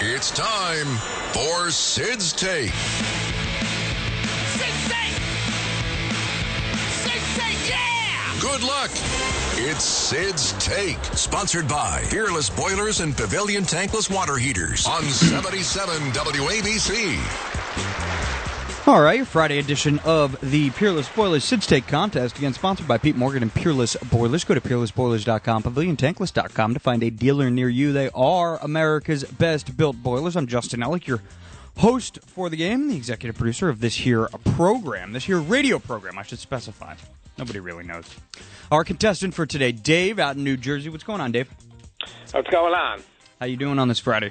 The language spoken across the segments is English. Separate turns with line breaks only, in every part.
it's time for Sid's Take.
Six eight! Six eight, yeah!
Good luck. It's Sid's Take, sponsored by Fearless Boilers and Pavilion Tankless Water Heaters on 77 WABC.
All right, Friday edition of the Peerless Boilers Sid's Take Contest, again sponsored by Pete Morgan and Peerless Boilers. Go to peerlessboilers.com, paviliontankless.com to find a dealer near you. They are America's best built boilers. I'm Justin Ellick, your host for the game, the executive producer of this here program, this here radio program, I should specify. Nobody really knows. Our contestant for today, Dave, out in New Jersey. What's going on, Dave?
What's going on?
How you doing on this Friday?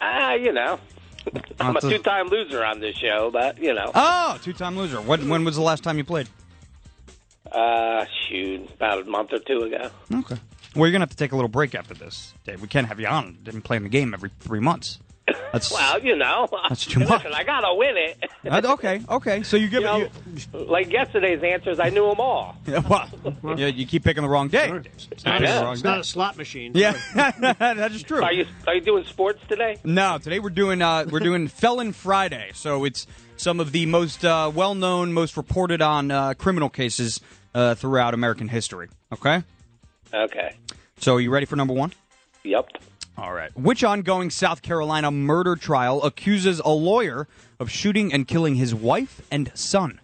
Ah, you know. I'm a
Lots of-
two-time loser on this show, but you know,
Oh, two-time loser. When, when was the last time you played?
uh, shoot, about a month or two ago.
Okay. Well, you're gonna have to take a little break after this, Dave. We can't have you on and playing the game every three months. That's
Well, Uh, you know,
That's too
listen,
much.
I gotta win it.
Uh, okay. Okay. So you give
You know, like yesterday's answers, I knew them all.
you, well, you, you keep picking the wrong day. Dave. It's not picking the wrong
It's not
day.
a slot machine.
Yeah, that is true.
Are you are you doing sports today?
No, today we're doing uh, we're doing Felon Friday, so it's some of the most uh, well-known, most reported on uh, criminal cases uh, throughout American history. Okay.
Okay.
So you ready for number one?
Yep.
All right. Which ongoing South Carolina murder trial accuses a lawyer of shooting and killing his wife and son?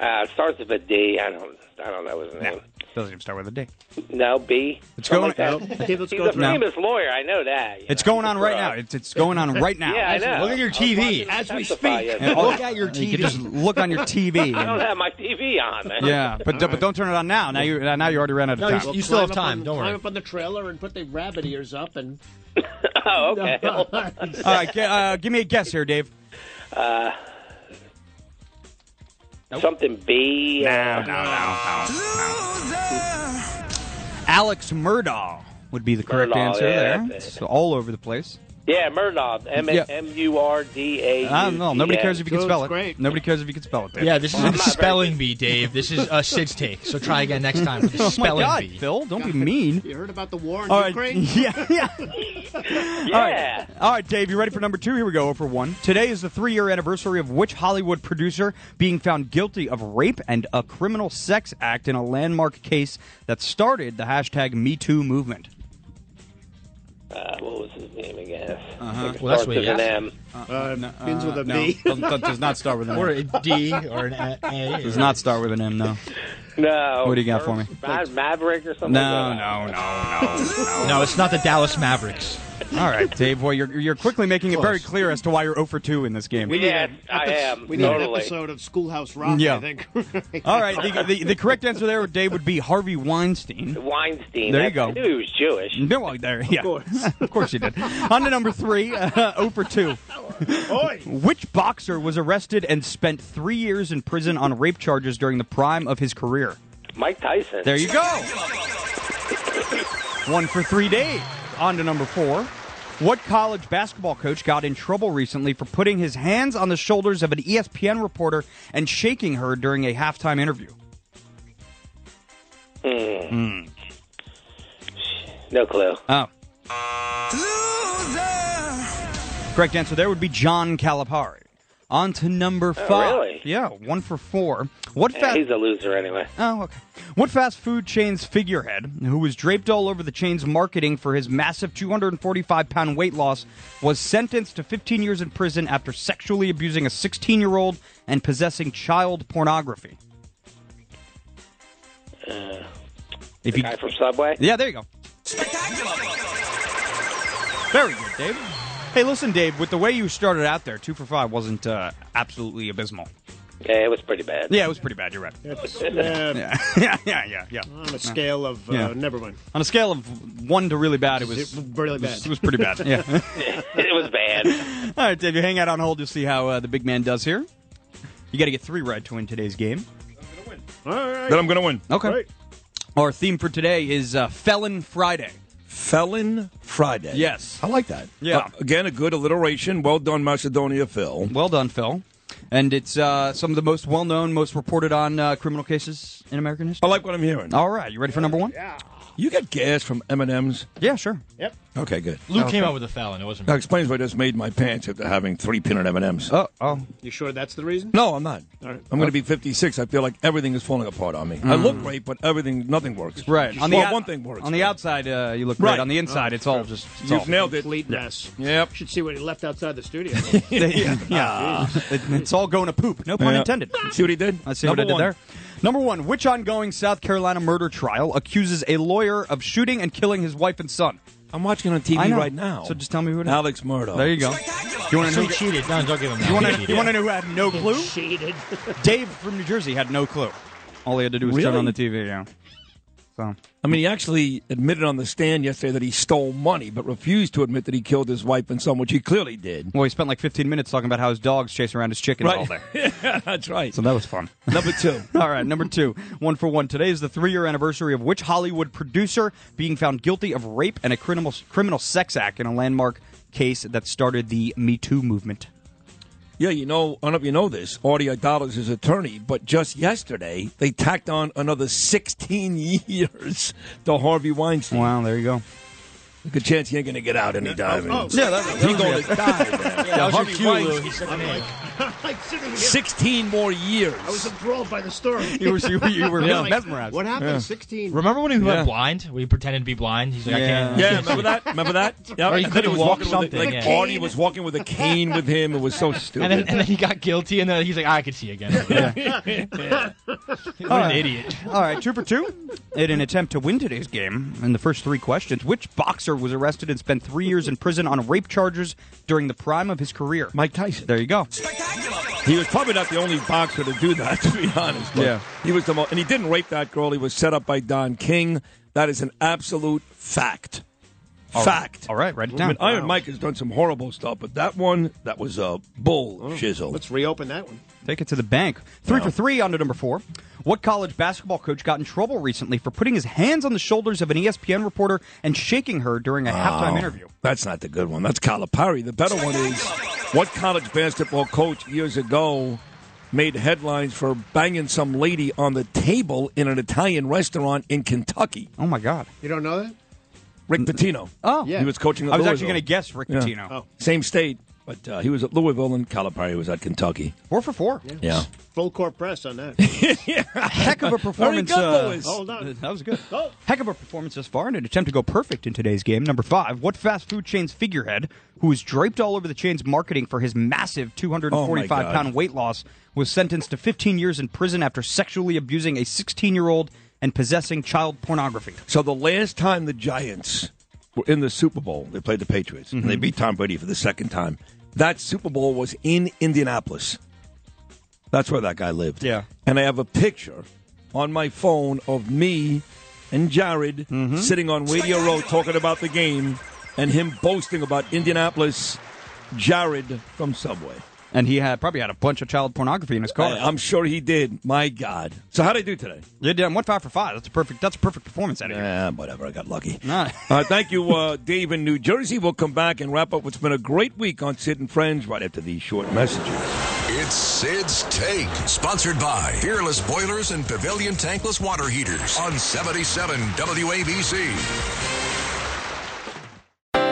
Uh, it starts with a D. I don't I don't know his name.
Doesn't even start with a D.
No B.
It's
Something
going-
like that.
I think let's
He's
go
a
through.
famous lawyer. I know that. you
It's
know.
going on right now. It's, it's going on right now.
Yeah, I know.
Look at your
I was
TV.
watching
As we
Testify
speak.
yesterday.
Look at your
You can just
TV.
look on your TV.
I don't
and-
have my TV on, man.
yeah, but but don't turn it on now. Now you now you already ran out of
No,
time.
you- you still have
Climb up
time.
on-
Don't
Climb
worry.
up on the trailer and put the rabbit ears up and.
Oh, okay.
All right, g- uh, give me a guess here, Dave.
Something B.
No, no, no, no, Alex Murdaugh would be the correct
Murdaugh,
answer
yeah,
there.
that's it.
It's all over the place.
Yeah, Murdaugh. M
Yeah.
M U R D A.
I don't know. Uh, Nobody cares if you can
So
spell
it's
it.
great.
Nobody cares if you can spell it. Dave.
Yeah, this
I'm
isn't a
not very
spelling
good.
bee, Dave. This is a Sid's take. So try again next time with the
Oh my
spelling
God,
bee.
Phil! Don't be mean.
You heard about the war in
All right.
Ukraine?
Yeah, yeah. All
Yeah.
right. All right, Dave, you ready for number two? Here we go, 0 for 1. Today is the three year anniversary of which Hollywood producer being found guilty of rape and a criminal sex act in a landmark case that started the hashtag MeToo movement?
Uh, what was his name again?
Uh-huh.
It
Well, that's
starts
what
with
he
an M.
asked.
Uh, begins with a
no,
B.
doesn't- that does not start with an
Or
M.
a D or an A. a
Does not start with an M, no.
No.
What do you got for me?
Ma- Maverick or
Oh
something.
No,
like that.
no, no, no,
No, it's not the Dallas Mavericks.
no. All right, Dave, well, you're, you're quickly making it very clear as to why you're 0 for 2 in this game.
Yeah,
need
I am.
We need an
Totally.
episode of Schoolhouse Rock,
Yeah.
I think.
All right, the, the, the correct answer there, Dave, would be Harvey Weinstein.
Weinstein.
There you
That's-
go.
I knew he was Jewish.
No, well, there, yeah. Of
course.
of course you did. On to number three, uh, 0 for 2.
Oi!
Which boxer was arrested and spent three years in prison on rape charges during the prime of his career?
Mike Tyson.
There you go. One for three days. On to number four. What college basketball coach got in trouble recently for putting his hands on the shoulders of an E ESPN reporter and shaking her during a halftime interview?
No clue.
Oh. Correct answer there would be John Calipari. On to number five.
Oh, really?
Yeah, one for four. What
Yeah,
fast?
he's a loser anyway.
Oh, okay. What fast food chain's figurehead, who was draped all over the chain's marketing for his massive 245 pound weight loss, was sentenced to 15 years in prison after sexually abusing a 16 year old and possessing child pornography? if you,
Uh, Guy from Subway.
yeah, there you go. Very good, Dave. Hey, listen, Dave. With the way you started out there, two for five wasn't uh, absolutely abysmal.
Yeah, it was pretty bad.
Yeah, it was pretty bad. You're right.
It's, uh,
Yeah, yeah, yeah, yeah. yeah.
On a scale of uh,
Yeah.
never mind.
On a scale of one to really bad, it was
It was really bad.
It was pretty bad. Yeah.
it was bad.
All right, Dave, you hang out on hold. You'll see how uh, the big man does here. You got to get three right to win today's game.
All right.
That I'm going to win.
Okay.
All right.
Our theme for today is uh, Felon Friday.
Felon Friday.
Yes.
I like that.
Yeah.
Uh, again, a good alliteration. Well done, Macedonia Phil.
Well done, Phil. And it's uh, some of the most well known, most reported on uh, criminal cases in American
I
history.
like what I'm hearing.
All right, you ready for number one?
Uh, You get gas from M&M's?
Yeah, sure.
Yep.
Okay, good.
Lou came out with a felon. It wasn't.
That
me.
explains why I just made my pants after having three peanut M&M's.
Oh, oh.
You sure that's the reason?
No, I'm not.
right.
I'm going to be 56. I feel like everything is falling apart on me. I look great, but everything, nothing works.
Right.
well,
out-
one thing works.
On the outside, uh, you look
Right.
great. On the inside, it's all just. It's
You've
all-
nailed it.
Complete mess.
Yep.
Should see what he left outside the studio.
yeah. It- it's all going to poop. No pun
Yeah.
intended.
See what he did?
I see
Number
what I did
one.
there. Number one, which ongoing South Carolina murder trial accuses a lawyer of shooting and killing his wife and son?
I'm watching on
I
TV
know.
right now.
So just tell me who it is.
Alex Murdo.
There you go. You want to
So
know?
he cheated. No, don't give him that.
You want
He
to? You
cheated.
want to know who had no clue?
Cheated.
Dave from New Jersey had no clue. All he had to do was turn
Really?
on the TV. Yeah. So
I mean, he actually admitted on the stand yesterday that he stole money, but refused to admit that he killed his wife and son, which he clearly did.
well, he spent like 15 minutes talking about how his dogs chasing around his chickens all day.
yeah, that's right.
So that was fun.
Number two.
All right, number two, one for one. Today is the three-year anniversary of which Hollywood producer being found guilty of rape and a criminal criminal sex act in a landmark case that started the Me Too movement.
Yeah, you know, I don't know if you know this. Audie Idol is his attorney, but just yesterday they tacked on another 16 years to Harvey Weinstein.
Wow, there you go.
Good chance he ain't going to get out anytime.
Oh,
Yeah, that,
He's going to die. man.
That was your
Harvey
cue, Lou.
Weinstein,
He said the name.
like sitting here.
16 more years.
I was enthralled by the story.
you were, you were, you were
Like,
mesmerized.
What happened? 16.
Remember when he went
Yeah.
blind? We pretended to be blind. He's like, I can't.
yeah, remember that? Remember that? Yeah,
Or he
and then
couldn't
was
walk
walking with a-
something,
Like
yeah.
Audie was walking with a cane with him. It was so stupid.
And then, and then he got guilty, and then he's like, "Ah, I could see again. what an idiot.
All right, two for two. In an attempt to win today's game, in the first three questions, which boxer was arrested and spent three years in prison on rape charges during the prime of his career?
Mike Tyson.
There you go.
He was probably not the only boxer to do that, to be honest. but
Yeah.
He was the most, and he didn't rape that girl. He was set up by Don King. That is an absolute fact. fact.
All right, write it
I mean,
down.
Iron Mike has done some horrible stuff, but that one, that was a bull
Oh,
shizzle.
Let's reopen that one.
Take it to the bank. Three for three on to number four. What college basketball coach got in trouble recently for putting his hands on the shoulders of an E ESPN reporter and shaking her during a halftime interview?
That's not the good one. That's Calipari. The better one is what college basketball coach years ago made headlines for banging some lady on the table in an Italian restaurant in Kentucky.
Oh my God!
You don't know that?
Rick Pitino.
Oh.
he was coaching. At
I was
Louisville.
actually going to guess Rick
Yeah.
Pitino.
Oh.
Same state, but uh, he was at Louisville and Calipari was at Kentucky.
Four for four.
Yeah.
Full court press on that.
Heck of a performance.
good,
uh,
Louis.
Hold on.
That was good.
Oh.
Heck of a performance thus far and an attempt to go perfect in today's game. Number five, what fast food chain's figurehead, who was draped all over the chain's marketing for his massive 245
Oh, my
pounds
God.
weight loss, was sentenced to 15 years in prison after sexually abusing a 16 year old and possessing child pornography?
So the last time the Giants were in the Super Bowl, they played the Patriots and they beat Tom Brady for the second time. That Super Bowl was in Indianapolis. That's where that guy lived.
Yeah.
And I have a picture on my phone of me and Jared sitting on Radio Row talking about the game and him boasting about Indianapolis Jared from Subway.
And he had probably had a bunch of child pornography in his car.
I, I'm sure he did. My God. So how'd I do today?
you did one five for five. That's a perfect. That's a perfect performance out of you.
Eh, whatever. I got lucky.
All right.
Uh, thank you, uh, Dave in New Jersey. We'll come back and wrap up what's been a great week on Sid and Friends right after these short messages.
It's Sid's Take, sponsored by Fearless Boilers and Pavilion Tankless Water Heaters on 77 WABC.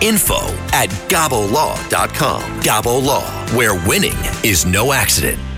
info at gabolaw.com. Gabo Law, where winning is no accident.